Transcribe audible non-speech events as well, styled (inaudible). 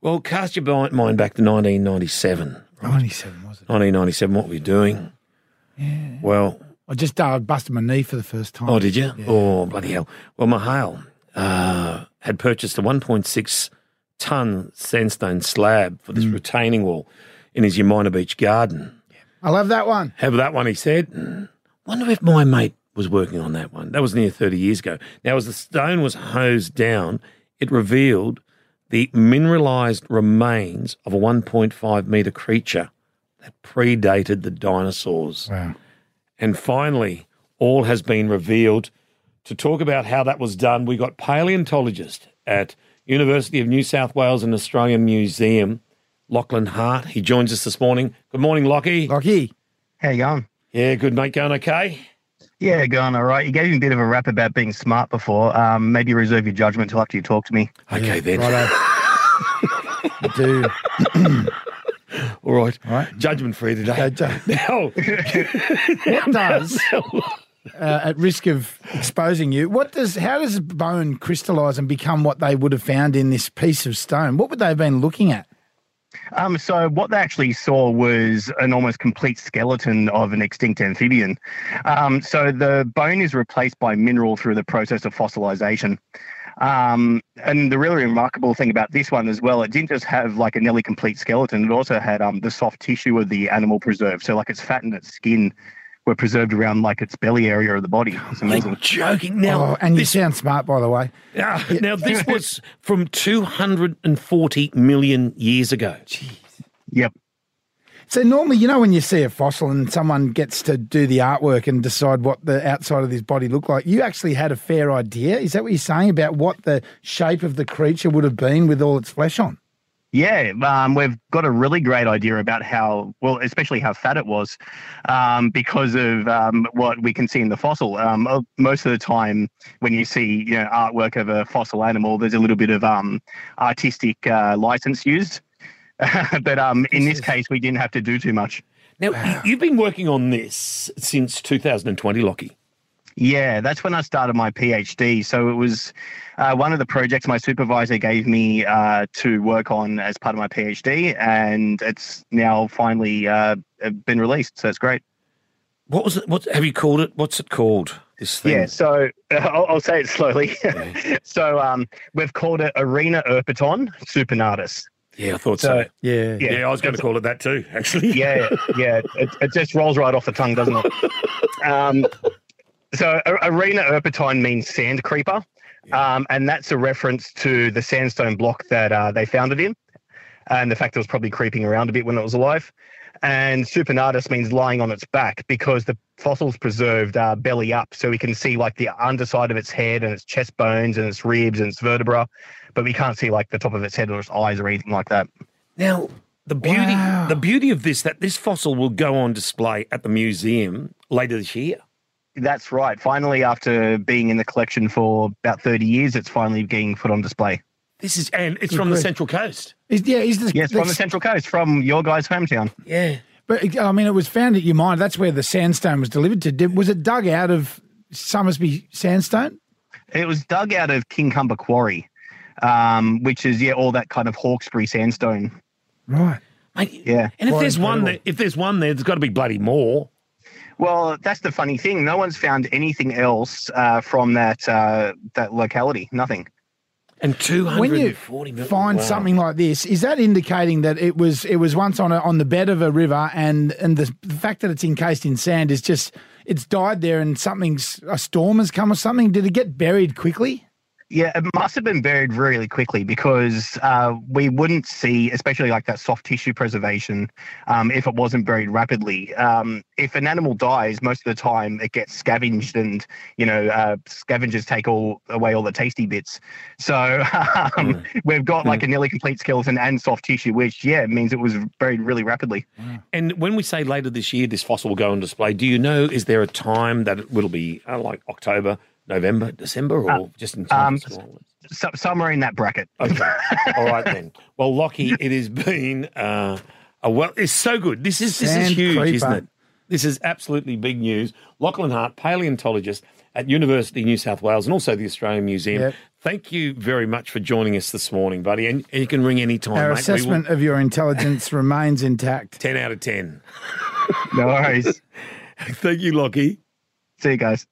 Well, cast your bi- mind back to 1997. 97, was it? 1997, what were you doing? Well, I just uh, busted my knee for the first time. oh, did you? Oh, bloody hell. Well, Mahale uh, had purchased a 1.6 ton sandstone slab for this retaining wall in his Yamina Beach garden. I love that one. Have that one, he said. Mm. Wonder if my mate was working on that one. That was near 30 years ago. Now, as the stone was hosed down, it revealed the mineralized remains of a 1.5 meter creature that predated the dinosaurs. Wow. And finally, all has been revealed. To talk about how that was done, we got paleontologist at University of New South Wales and Australian Museum, Lachlan Hart. He joins us this morning. Good morning, Lockie. Lockie. How you going? Yeah, good mate. Going okay? Yeah, going all right. You gave me a bit of a rap about being smart before. Um, maybe reserve your judgment till after you talk to me. Okay then. Righto. (laughs) You do. All right. All right. Judgment free today. Uh, ju- now, (laughs) What does, uh, at risk of exposing you, what does, how does bone crystallise and become what they would have found in this piece of stone? What would they have been looking at? Um, so what they actually saw was an almost complete skeleton of an extinct amphibian. Um, so the bone is replaced by mineral through the process of fossilization. Um, and the really remarkable thing about this one as well, it didn't just have like a nearly complete skeleton. It also had um, the soft tissue of the animal preserved. So like its fat and its skin were preserved around like its belly area of the body. It's amazing. I'm joking. Now, Oh, and you this, sound smart, by the way. ah, (laughs) now this was from 240 million years ago. Yep. So normally, you know, when you see a fossil and someone gets to do the artwork and decide what the outside of this body looked like, you actually had a fair idea. Is that what you're saying about what the shape of the creature would have been with all its flesh on? Yeah, um, we've got a really great idea about how, well, especially how fat it was um, because of um, what we can see in the fossil. Um, uh, most of the time, when you see you know, artwork of a fossil animal, there's a little bit of um, artistic uh, license used. (laughs) but um, in this case, we didn't have to do too much. Now, y- you've been working on this since 2020, Lockie. Yeah, that's when I started my PhD. So it was uh, one of the projects my supervisor gave me uh, to work on as part of my PhD, and it's now finally uh, been released. So it's great. What was it? What have you called it? What's it called? This thing? Yeah, so (laughs) uh, I'll, I'll say it slowly. Okay. (laughs) so um, we've called it Arena Erpeton Supernatus. Yeah, I thought so. So- Yeah. yeah. I was going to call it that too, actually. (laughs) yeah, yeah. It, it just rolls right off the tongue, doesn't it? Um, so, a- arena erpatine means sand creeper, um, and that's a reference to the sandstone block that uh, they found it in, and the fact it was probably creeping around a bit when it was alive. And supernatus means lying on its back because the fossils preserved uh, belly up, so we can see like the underside of its head and its chest bones and its ribs and its vertebra, but we can't see like the top of its head or its eyes or anything like that. (laughs) Now, the beauty Wow. the beauty of this that this fossil will go on display at the museum later this year. That's right. Finally, after being in the collection for about 30 years, it's finally being put on display. This is and it's from the Great. Central Coast. Is, yeah, is this, Yes, from the Central Coast, from your guys' hometown. Yeah. But I mean, it was found at your mine. That's where the sandstone was delivered to. Did, was it dug out of Somersby sandstone? It was dug out of Kingcumber Quarry, um, which is, yeah, all that kind of Hawkesbury sandstone. Right. Mate, Yeah. And if Quite there's one there, incredible. if there's one there, there's got to be bloody more. Well, that's the funny thing. No one's found anything else uh, from that uh, that locality. Nothing. And two When hundred you and forty million. find wow. something like this, is that indicating that it was it was once on a, on the bed of a river, and and the, the fact that it's encased in sand is just it's died there, and something's a storm has come or something? Did it get buried quickly? Yeah, it must have been buried really quickly because uh, we wouldn't see, especially like that soft tissue preservation, um, if it wasn't buried rapidly. Um, if an animal dies, most of the time it gets scavenged, and you know uh, scavengers take all away all the tasty bits. So (laughs) um, we've got like a nearly complete skeleton and soft tissue, which yeah means it was buried really rapidly. And when we say later this year, this fossil will go on display. Do you know? Is there a time that it will be uh, like October, November, December, or just in time? um, for Scotland? So, somewhere in that bracket. Okay. All right then. Well, Lockie, it has been uh, a well. It's so good. This is this Sand is huge, creeper. isn't it? This is absolutely big news. Lachlan Hart, paleontologist at University of New South Wales and also the Australian Museum. Yep. Thank you very much for joining us this morning, buddy. And, and you can ring any time, Our Oh, mate. We will- assessment of your intelligence (laughs) remains intact. 10 out of 10. No worries. (laughs) Thank you, Lockie. See you guys.